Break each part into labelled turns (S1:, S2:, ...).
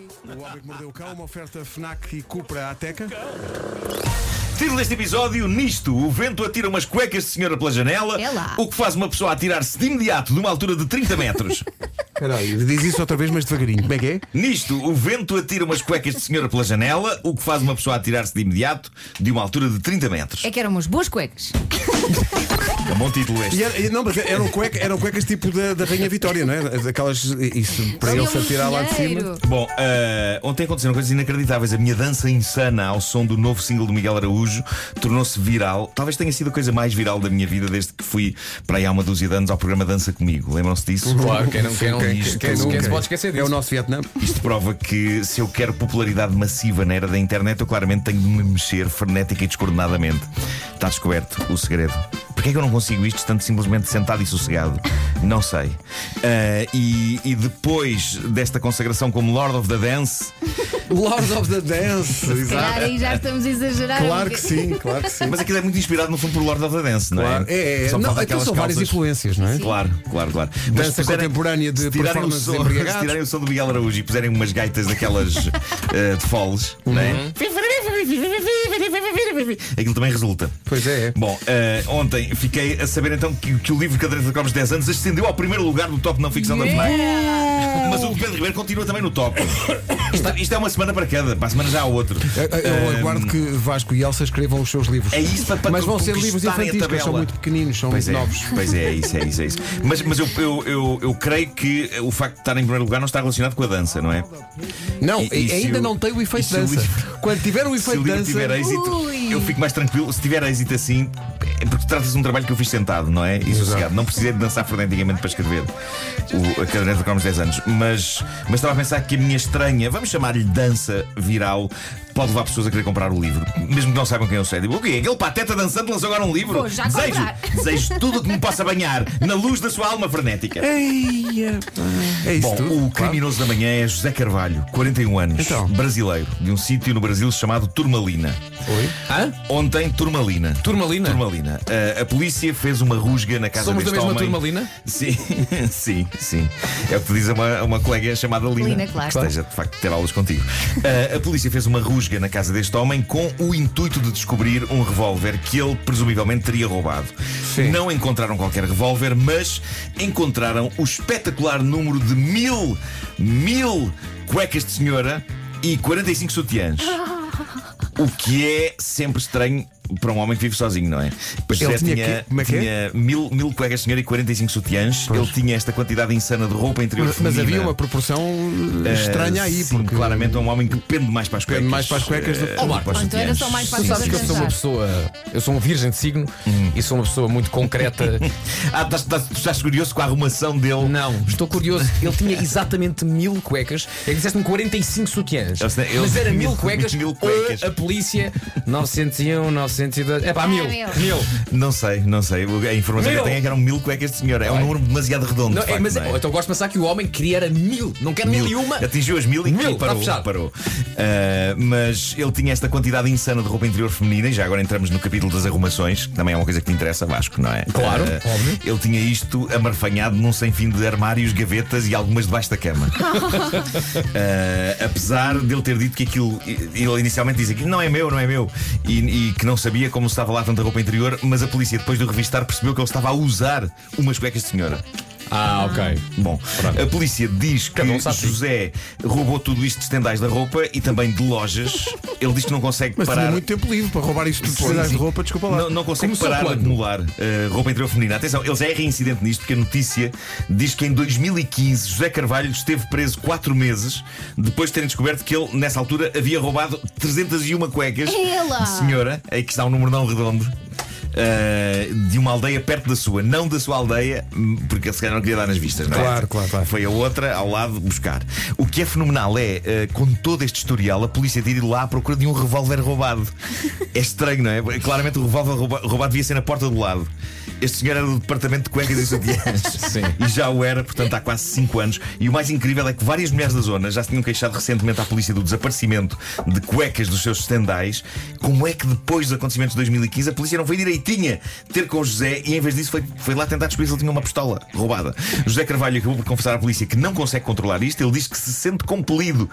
S1: O Homem que Mordeu o Cão, uma oferta FNAC e Cupra Ateca.
S2: Título deste episódio: Nisto, o vento atira umas cuecas de senhora pela janela,
S3: É lá.
S2: o que faz uma pessoa atirar-se de imediato de uma altura de 30 metros.
S1: Caralho, diz isso outra vez, mas devagarinho. Como é que é?
S2: Nisto, o vento atira umas cuecas de senhora pela janela, o que faz uma pessoa atirar-se de imediato de uma altura de 30 metros.
S3: É que eram umas boas cuecas.
S2: É um bom título
S1: E
S2: este.
S1: era- e não, mas eram, cueca, eram cuecas tipo da, da Rainha Vitória, não é? Aquelas. Isso, para ele se
S3: Tinham um
S1: atirar lá de cima.
S3: dinheiro.
S2: Bom, ah, ontem aconteceram coisas inacreditáveis. A minha dança insana ao som do novo single do Miguel Araújo tornou-se viral. Talvez tenha sido a coisa mais viral da minha vida desde que fui para aí há uma dúzia de anos ao programa Dança Comigo. Lembram-se disso?
S4: Claro, quem não, quem não, quem,
S2: Isto-
S4: quem, quem se
S1: nunca.
S4: pode esquecer
S1: É o
S4: disso.
S1: nosso Vietnã.
S2: Isto prova que se eu quero popularidade massiva na era da internet, eu claramente tenho de me mexer frenética e descoordenadamente. Está descoberto o segredo. Porquê é que eu não consigo isto estando simplesmente sentado e sossegado? Não sei. Ah, e, e depois desta consagração como Lord of the Dance,
S1: Lords of the Dance.
S3: Claro, aí já estamos a exagerar.
S1: Claro
S3: um
S1: que
S3: bocadinho.
S1: sim, claro que sim.
S2: mas aquilo é muito inspirado no fundo por Lord of the Dance, não é?
S1: Claro. É, é.
S2: Só
S1: Não, então
S2: falta aquelas
S1: são várias
S2: calças-
S1: influências, não é?
S2: Claro, claro, claro. Mas
S1: Dança
S2: se puserem-
S1: contemporânea de
S2: se tirarem o
S1: performances
S2: som-
S1: embriagados.
S2: Se tirarem o som do Miguel Araújo e puserem umas gaitas daquelas eh, de foles, não
S1: Uhum.
S2: é? Aquilo também resulta.
S1: Pois é.
S2: Bom, eh, ontem fiquei a saber então que, que o livro Caderneta de Cromos de 10 anos ascendeu ao primeiro lugar do top não ficção da FNAC. Mas o do Pedro Ribeiro continua também no top. Isto, isto é uma semana para cada, para a semana já há outro.
S1: Eu
S2: Eh,
S1: É, aguardo que Vasco e Elsa escrevam os seus livros.
S2: É isso, para- para
S1: Mas vão ser
S2: conquistarem
S1: livros
S2: a
S1: infantis, que
S2: tabela.
S1: são muito pequeninos, são
S2: Pois
S1: muito
S2: é,
S1: novos.
S2: pois é, é isso, é isso, é isso. Mas, mas eu, eu, eu, eu creio que o facto de estar em primeiro lugar não está relacionado com a dança, não é?
S1: Não,
S2: E- e se
S1: ainda
S2: o-
S1: não tem o
S2: e
S1: efeito
S2: se o
S1: dança.
S2: livro-
S1: Quando tiver o
S2: Se o
S1: efeito
S2: livro
S1: dança.
S2: tiver êxito,
S3: Ui.
S2: eu fico mais tranquilo. Se tiver êxito assim, é porque trata-se de um trabalho que eu fiz sentado, não é? E sossegado. Não precisei de dançar freneticamente para escrever o, a caderneta de Cromos 10 anos. Mas, mas estava a pensar que a minha estranha, vamos chamar-lhe dança viral, pode levar pessoas a querer comprar o livro, mesmo que não saibam quem eu sei. Digo, o quê? Aquele pateta dançante lançou agora um livro.
S3: Vou já
S2: desejo,
S3: comprar.
S2: desejo tudo o que me possa banhar na luz da sua alma frenética.
S1: Eia, pá. É isso
S2: Bom,
S1: tudo.
S2: o
S1: claro.
S2: criminoso da manhã é José Carvalho, 41 anos,
S1: Então.
S2: brasileiro, de um sítio no Brasil chamado Turmalina.
S1: Oi?
S4: Hã?
S2: Ontem, Turmalina.
S4: Turmalina?
S2: Turmalina. Ah, a polícia fez uma rusga na casa
S4: Somos da
S2: deste
S4: mesma
S2: homem.
S4: Turmalina?
S2: Sim, sim, sim. É o que diz a uma, a uma colega chamada Lina.
S3: Lina, claro.
S2: Que esteja, de facto, a ter aulas contigo. Ah, a polícia fez uma rusga na casa deste homem com o intuito de descobrir um revólver que ele presumivelmente teria roubado.
S1: Sim.
S2: Não encontraram qualquer revólver, mas encontraram o espetacular número de mil, mil cuecas de senhora e 45 sutiãs. O que é sempre estranho para um homem que vive sozinho, não é? Pois
S1: Ele
S2: José
S1: tinha quê? Como é que é?
S2: tinha mil, mil cuecas de senhora e 45 sutiãs. Ele tinha esta quantidade insana de roupa interior
S1: Mas, mas havia
S2: feminina.
S1: uma proporção uh,
S2: Eh,
S1: estranha aí,
S2: sim,
S1: porque
S2: claramente é um homem que pende mais para as cuecas.
S1: Pende mais para as cuecas do-
S2: eh,
S1: Oh,
S2: para os
S3: Então era
S2: sutiãs.
S3: só mais
S4: Tu
S3: fácil
S4: sabes
S3: de
S4: que eu sou uma
S3: arranjar.
S4: pessoa. Eu sou uma virgem de signo
S2: Hum.
S4: e sou uma pessoa muito concreta.
S2: Ah, estás, estás- estás curioso com a arrumação dele?
S4: Não, estou curioso. Ele tinha exatamente mil cuecas. É que disseste-me 45 sutiãs.
S2: Eu sei, eu-
S4: Mas era mil
S2: mil-
S4: cuecas.
S2: mil cuecas.
S4: ou A polícia 901, 902. É pá,
S3: Ah,
S4: mil.
S3: mil.
S4: Mil.
S2: Não sei, não sei. A informação que
S4: Mil!
S2: eu tenho é que eram mil cuecas de senhora. É um número demasiado redondo.
S4: Não,
S2: de
S4: é,
S2: facto,
S4: mas
S2: não é?
S4: então gosto de pensar que o homem queria era mil. Não quer mil, e uma.
S2: Atingiu as mil e
S4: Mil,
S2: e parou.
S4: está fechado.
S2: parou. Ah, mas ele tinha esta quantidade insana de roupa interior feminina, e já agora entramos no capítulo das arrumações, que também é uma coisa que te interessa, Vasco, não é?
S4: Claro,
S2: Ah,
S4: óbvio.
S2: Ele tinha isto amarfanhado num sem fim de armários, gavetas e algumas debaixo da cama. Ah, apesar de ele ter dito que aquilo, ele inicialmente disse que não é meu, não é meu, e, e que não sabia como estava lá tanta roupa interior, mas a polícia, depois de o revistar, percebeu que ele estava a usar umas cuecas de senhora.
S4: Ah, ok.
S2: Bom, a polícia diz que
S4: Cada um sabe
S2: José roubou tudo isto de estendais da roupa e também de lojas. Ele diz que não consegue
S1: mas
S2: parar.
S1: tinha muito tempo livre para roubar isto tudo.
S2: Sim,
S1: Precisas
S2: sim.
S1: de roupa, desculpa lá.
S2: Não, não consegue
S4: Começou
S2: parar de
S4: quando?
S2: acumular eh, roupa interior feminina. Atenção, ele já é reincidente nisto, porque a notícia diz que em 2015 José Carvalho esteve preso 4 meses depois de terem descoberto que ele, nessa altura, havia roubado 301 cuecas.
S3: Ela!
S2: de Senhora, aí que está um número não redondo. eh, de uma aldeia perto da sua, não da sua aldeia, hum, porque se calhar não queria dar nas vistas, não é?
S1: Claro, claro, claro.
S2: Foi a outra ao lado buscar. O que é fenomenal é, eh, com todo este historial, a polícia tira lá à procura de um revólver roubado. É estranho, não é? Claramente o revólver rouba- roubado devia ser na porta do lado. Este senhor era do departamento de cuecas e sutiãs.
S4: Sim.
S2: E já o era, portanto, há quase 5 anos. E o mais incrível é que várias mulheres da zona já se tinham queixado recentemente à polícia do desaparecimento de cuecas dos seus estendais. Como é que depois dos acontecimentos de 2015 a polícia não foi direito? tinha ter com o José e em vez disso foi, foi lá tentar descobrir se ele tinha uma pistola roubada. José Carvalho acabou por confessar à polícia que não consegue controlar isto. Ele diz que se sente compelido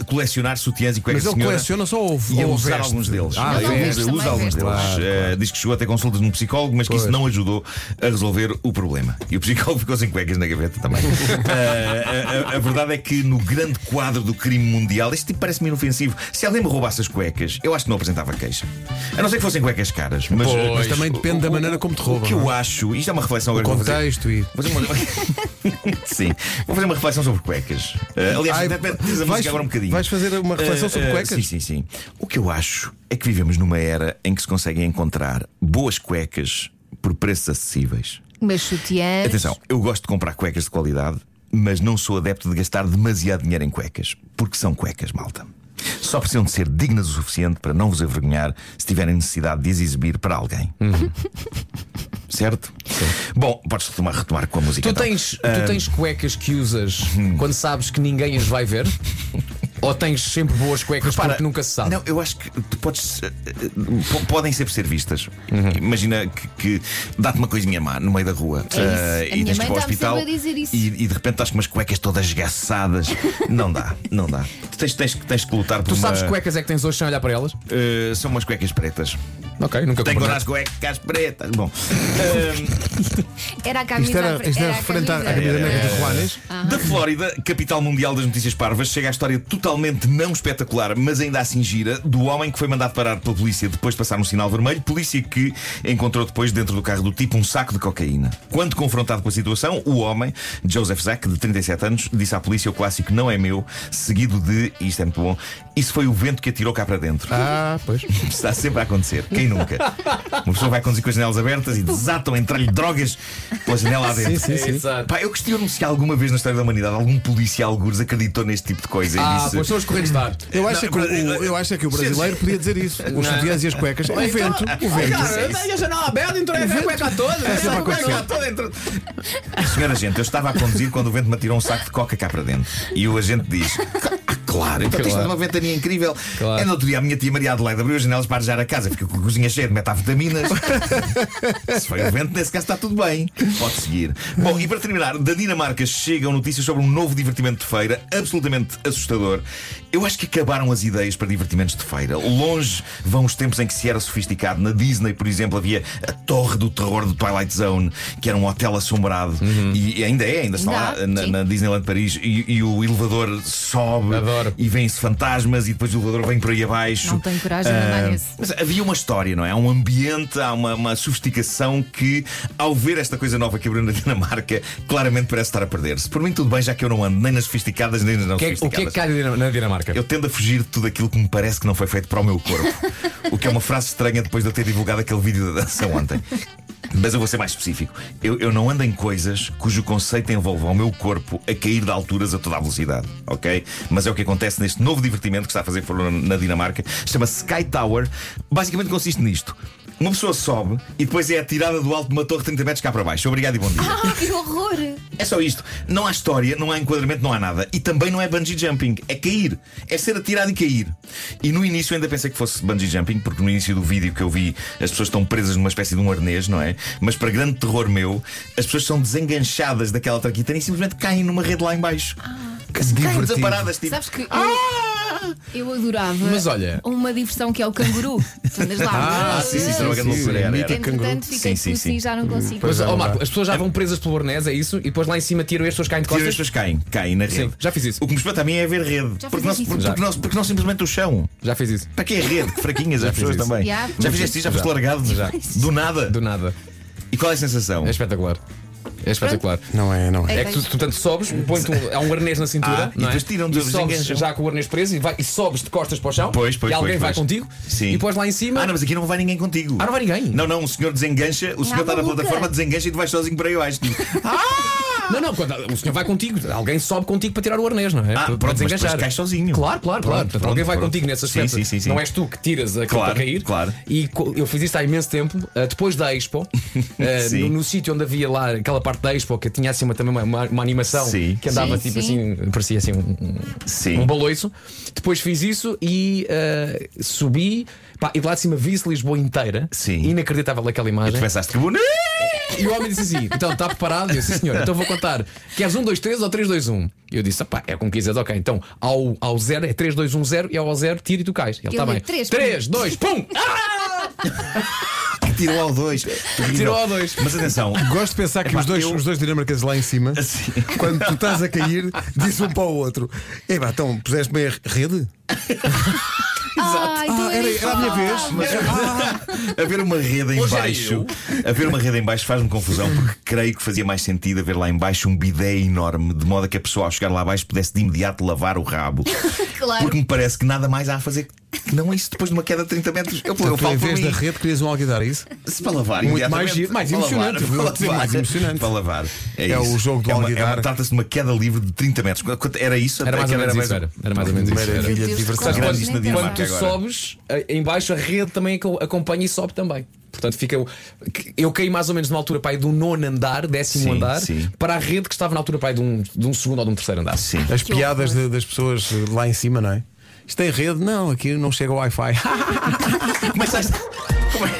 S2: a colecionar sutiãs e
S1: Mas
S2: cuecas de
S1: ele
S2: senhora
S1: coleciona só ou,
S2: e a
S1: ou
S2: usar
S1: veste?
S2: alguns deles.
S1: Ah,
S2: Ele
S1: veste.
S2: usa-
S3: também
S2: usa alguns
S3: veste.
S2: deles. Eh, diz que chegou até consultas num psicólogo, mas que isso não ajudou a resolver o problema. E o psicólogo ficou sem cuecas na gaveta também. Eh, a, a- a verdade é que no grande quadro do crime mundial, este tipo parece-me inofensivo. Se alguém me roubasse as cuecas, eu acho que não apresentava queixa. A não ser que fossem cuecas caras. Mas,
S1: Pois,
S2: mas
S1: também depende da maneira como te roubam,
S2: O que
S1: não
S2: eu acho, isto é uma reflexão agora que eu vou fazer.
S1: Contexto e.
S2: Vou fazer uma... Sim, vou fazer uma reflexão sobre cuecas. Eh, aliás,
S1: Ai,
S2: até diz a
S1: vais-
S2: música agora um bocadinho.
S1: vais fazer uma reflexão
S2: Eh,
S1: sobre
S2: eh,
S1: cuecas?
S2: Sim, sim, sim. O que eu acho é que vivemos numa era em que se conseguem encontrar boas cuecas por preços acessíveis.
S3: Mas
S1: É
S3: sutiãs.
S2: Atenção, eu gosto de comprar cuecas de qualidade, mas não sou adepto de gastar demasiado dinheiro em cuecas, porque são cuecas, malta. Só precisam de ser dignas o suficiente para não vos envergonhar se tiverem necessidade de as exibir para alguém.
S1: Uhum.
S2: Certo? Bom, podes retomar, retomar com a música.
S4: Tu
S2: então. Hum.
S4: tens, tu tens cuecas que usas quando sabes que ninguém as vai ver? Ou tens sempre boas cuecas
S2: Repara,
S4: porque nunca se sabe?
S2: Não, eu acho que tu podes. eh, eh, po- podem sempre ser vistas.
S4: Uhum.
S2: Imagina que, que dá-te uma coisinha má no meio da rua
S3: É isso.
S2: eh,
S3: A
S2: e
S3: minha
S2: tens que ir para
S3: mãe
S2: o
S3: dá-me
S2: hospital
S3: sempre a dizer isso.
S2: E, e de repente estás com umas cuecas todas esgaçadas. não dá, não dá. Tu tens, tens, que- tens que lutar por
S4: Tu sabes que
S2: uma,
S4: cuecas é que tens hoje sem olhar para elas?
S2: eh, São umas cuecas pretas.
S4: Ok, nunca
S2: Tenho
S4: comprei.
S2: umas cuecas pretas. Bom. ehm,
S3: Era a camisa.
S1: Isto
S3: à
S1: era,
S3: fre-
S1: isto era
S3: a
S1: referente à à
S3: camisa.
S1: camisa negra
S2: Eh,
S1: de Juanes.
S2: Da Flórida, capital mundial das notícias parvas, chega a história totalmente não espetacular, mas ainda assim gira, do homem que foi mandado parar pela polícia depois de passar um sinal vermelho, polícia que encontrou depois dentro do carro do tipo um saco de cocaína. Quando confrontado com a situação, o homem, Joseph Zack, de 37 anos, disse à polícia o clássico não é meu, seguido de, e isto é muito bom, isso foi o vento que atirou cá para dentro.
S4: Ah, pois.
S2: Está sempre a acontecer, quem nunca? Uma pessoa vai conduzir com as janelas abertas e desatam a entrar-lhe drogas pela janela adentro.
S4: Sim, sim.
S2: Exato. Pá, eu questiono-me se alguma vez na história da humanidade algum polícia, algures, acreditou neste tipo de coisa e
S4: Ah,
S2: disse.
S4: pois são os correntes de ar.
S1: Eu acho,
S2: Não,
S1: que o,
S2: mas- eh,
S1: o- eu acho é que o brasileiro podia dizer isso. Os sutiãs e as cuecas.
S2: Então,
S1: O vento, o vento.
S4: tenho a janela aberta, entrei a ver a cueca toda.
S1: Essa vai acontecer.
S2: Senhora gente, eu estava a conduzir quando o vento me atirou um saco de coca cá para dentro. E o agente diz: "Ah, Claro, então tens
S4: Claro.
S2: uma ventania incrível.
S4: Claro.
S2: É no outro dia a minha tia Maria Adelaide abriu as janelas para arejar a casa, ficou com a cozinha cheia de metavitaminas. Se foi o vento, nesse caso está tudo bem. Pode seguir. Bom, e para terminar, da Dinamarca chegam notícias sobre um novo divertimento de feira, absolutamente assustador. Eu acho que acabaram as ideias para divertimentos de feira. Longe vão os tempos em que se era sofisticado. Na Disney, por exemplo, havia a Torre do Terror do Twilight Zone, que era um hotel assombrado. E ainda é, ainda está
S3: Ainda há,
S2: lá na,
S3: sim.
S2: na Disneyland Paris. E, e o elevador sobe
S4: Adoro.
S2: e vêm-se fantasmas, e depois o elevador vem por aí abaixo.
S3: Não tenho coragem de andar
S2: Ah,
S3: nesse.
S2: mas havia uma história, não é? Há um ambiente, há uma, uma sofisticação que, ao ver esta coisa nova que abriu na Dinamarca, claramente parece estar a perder-se. Por mim, tudo bem, já que eu não ando nem nas sofisticadas nem nas não
S4: O que é- O que é que
S2: sofisticadas.
S4: cai na Dinam- na Dinamarca?
S2: assim? Eu tendo a fugir de tudo aquilo que me parece que não foi feito para o meu corpo. o que é uma frase estranha depois de eu ter divulgado aquele vídeo da dança ontem. Mas eu vou ser mais específico. Eu, eu não ando em coisas cujo conceito envolva o meu corpo a cair de alturas a toda a velocidade, ok? Mas é o que acontece neste novo divertimento que está a fazer furor na Dinamarca. Chama-se Sky Tower. Basicamente consiste nisto. Uma pessoa sobe e depois é atirada do alto de uma torre de 30 metros cá para baixo. Obrigado e bom dia.
S3: Ah, que horror!
S2: É só isto. Não há história, não há enquadramento, não há nada. E também não é bungee jumping. É cair. É ser atirado e cair. E no início eu ainda pensei que fosse bungee jumping, porque no início do vídeo que eu vi as pessoas estão presas numa espécie de um arnês, não é? Mas para grande terror meu, as pessoas são desenganchadas daquela traquitana e simplesmente caem numa rede lá em baixo. caem
S1: divertido.
S2: desamparadas, tipo.
S3: Ah. Sabes que eu-
S2: Ah!
S3: Eu adorava
S4: Mas olha-
S3: uma diversão que é o canguru. Tu andas lá.
S2: Ah, sim, sim, isso era uma grande
S1: Sim, é
S2: loucura. era, era.
S3: Entretanto, fiquei
S2: Sim, sim,
S3: sim,
S2: sim.
S3: sim, já não consigo.
S4: Mas, ó
S1: não
S4: Marco, as pessoas já vão presas pelo Bornés, é isso? E depois lá em cima tiram e as pessoas caem de
S2: Tiram e as
S4: costas?
S2: pessoas caem, caem na rede.
S4: Sim, já fiz isso.
S2: O que me espanta a mim é ver rede.
S3: Já
S2: Porque
S3: fiz
S2: não,
S3: isso.
S2: porque,
S4: Já.
S2: porque não, porque não simplesmente o chão.
S4: Já fiz isso.
S2: Para que é rede? Fraquinhas as
S4: fiz
S2: pessoas
S4: isso.
S2: também.
S3: Já.
S2: Já fizeste isso, já foste
S4: Já.
S2: largado?
S4: Já.
S2: Do nada.
S4: Do nada.
S2: E qual é a sensação?
S4: É espetacular. É espetacular.
S1: Não é, não é.
S4: É que tu, tu, portanto, sobes, põe tu, há um arnês na cintura,
S2: Ah, e
S4: não é?
S2: depois tiram-te os
S4: sobes
S2: enganchos.
S4: já com o arnês preso e, vai- e sobes de costas para o chão.
S2: Pois, pois,
S4: e alguém
S2: pois,
S4: vai
S2: pois.
S4: contigo
S2: Sim.
S4: e pões lá em cima.
S2: Ah, não, mas aqui não vai ninguém contigo.
S4: Ah, não vai ninguém?
S2: Não, não, o senhor desengancha, o senhor está na
S3: maluca.
S4: Um
S2: plataforma, desengancha e tu vais sozinho para aí baixo. Tipo, ah!
S4: Não, não, quando o senhor vai contigo, alguém sobe contigo para tirar o arnês, não é?
S2: Ah,
S4: para,
S2: pronto, mas
S4: desengajar.
S2: depois cais sozinho.
S4: Claro, claro, claro. Portanto,
S2: pronto,
S4: alguém vai
S2: pronto.
S4: contigo nesse
S2: Sim,
S4: aspecto.
S2: sim, sim, sim.
S4: Não és tu que tiras a
S2: Claro,
S4: para cair.
S2: claro.
S4: E co- eu fiz isto há imenso tempo, eh, depois da Expo, eh,
S2: Sim.
S4: no, no sítio onde havia lá aquela parte da Expo que tinha assim uma, também uma, uma- uma animação
S2: Sim.
S4: que andava
S3: Sim,
S4: tipo
S3: sim.
S4: assim, parecia assim um- um,
S2: Sim.
S4: um baloiço. Depois fiz isso e eh, subi. Pá, e de lá de cima vi-se Lisboa inteira.
S2: Sim.
S4: Inacreditável aquela imagem.
S2: Tu pensaste que bonito!
S4: E o homem disse assim: então está preparado? E eu disse: "Sim, senhor, então vou contar. Queres 1, 2, 3 ou 3, 2, 1? E eu disse: pá, é como quiseres, ok. Então ao, ao 0 é 3, 2, 1, 0 e ao 0 tira e tu cais. E ele
S3: Ele
S4: está bem:
S3: deu três,
S4: 3, 2, pum!
S1: Tirou ao dois.
S4: Tirou ao 2.
S2: Mas atenção,
S1: Gosto de pensar que
S2: Epá,
S1: os, dois,
S2: eu-
S1: os dois dinamarqueses lá em cima,
S2: Sim.
S1: quando tu estás a cair, diz um para o outro: Epá, então puseste bem a rede?
S3: Ai, tu
S1: Ah, era,
S3: eras
S1: era a minha
S3: só.
S1: vez. Mas, ah,
S2: haver uma rede em
S4: Hoje é era
S2: baixo. Haver uma rede em baixo faz-me confusão, porque creio que fazia mais sentido haver lá em baixo um bidé enorme, de modo a que a pessoa ao chegar lá abaixo pudesse de imediato lavar o rabo.
S3: Claro.
S2: Porque me parece que nada mais há a fazer. que Não é isso depois de uma queda de 30 metros. Eu, eu
S1: tu, em
S2: falo por
S1: vez
S2: mim.
S1: da rede, querias um alguidar, é isso?
S2: Se para lavar,
S1: Muito
S2: imediatamente.
S1: mais giro, mais
S2: Para
S1: emocionante,
S2: lavar,
S1: vou
S2: para
S1: dizer,
S2: lavar.
S1: mais emocionante.
S2: Para lavar. É,
S1: É
S2: isso.
S1: o jogo do
S2: é uma,
S1: alguidar.
S2: é uma- Trata-se de uma queda livre de 30 metros. Quanto- é Era isso?
S4: Era mais ou
S2: Aquela
S4: menos isso. Era, era mais ou menos isso. Era.
S1: Maravilha. de
S3: Meu Deus,
S1: diversão.
S3: como
S2: Quando
S3: se
S2: isto
S3: nem
S2: na
S3: pensar.
S4: Quando tu
S2: agora.
S4: sobes, a- em baixo a rede também aco- acompanha e sobe também. Portanto, fica, o- que- eu caí mais ou menos numa altura pai do nono andar, décimo
S2: Sim,
S4: andar,
S2: sim.
S4: para a rede que estava na altura pai de um, de um segundo ou de um terceiro andar.
S2: Sim.
S1: As
S3: Que
S1: piadas
S3: horror.
S1: de- das pessoas lá em cima, não é? Isto tem rede? Não, aqui não chega o Wi-Fi.
S2: Como é que sais da- Como é-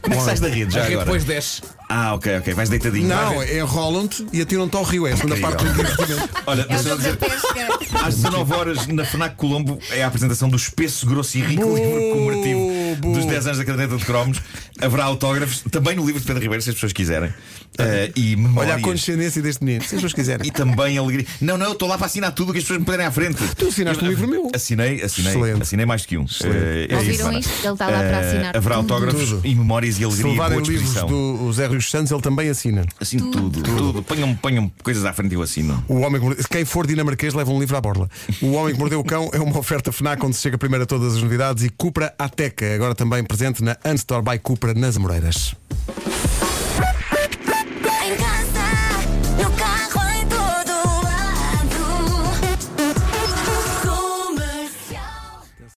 S2: como é que sais da rede
S4: A
S2: já
S4: rede
S2: agora?
S4: depois desce.
S2: Ah, ok, ok. Vais deitadinho.
S1: não, é-
S2: Vais de-
S1: enrolam-te e atiram-te ao rio. É a segunda parte do divertimento.
S2: Olha,
S3: É o
S2: deixa eu
S3: jogo
S2: dizer.
S3: da pesca.
S2: Às 19 horas na FNAC Colombo é a apresentação do espesso, grosso e rico livro comemorativo
S1: bu.
S2: dos 10 anos da caderneta de cromos. Haverá autógrafos, também no livro de Pedro Ribeiro, se as pessoas quiserem. Eh, e
S1: Olha
S2: memórias.
S1: a condescendência deste menino, se as pessoas quiserem.
S2: E também alegria. Não, não, eu estou lá para assinar tudo o que as pessoas me puderem à frente.
S1: Tu assinaste um livro meu.
S2: Assinei, assinei,
S1: Excelente.
S2: assinei mais que um. Eh, é
S3: Ouviram
S2: isso, Ana.
S3: isto? Ele está lá para
S2: Eh,
S3: assinar
S2: Haverá
S3: tudo.
S2: autógrafos
S1: Tudo.
S2: e memórias e
S1: Se
S2: alegria. e boa
S1: levarem livros
S2: disposição.
S1: do Zé Rios Santos, ele também assina.
S2: Assim tudo, tudo. Ponham-me ponham coisas à frente e eu assino.
S1: O homem que mordeu... Quem for dinamarquês leva um livro à borla. O Homem que Mordeu o Cão é uma oferta FNAC onde se chega primeiro a todas as novidades e Cupra Ateca, agora também presente na Unstore by Cupra nas Amoreiras.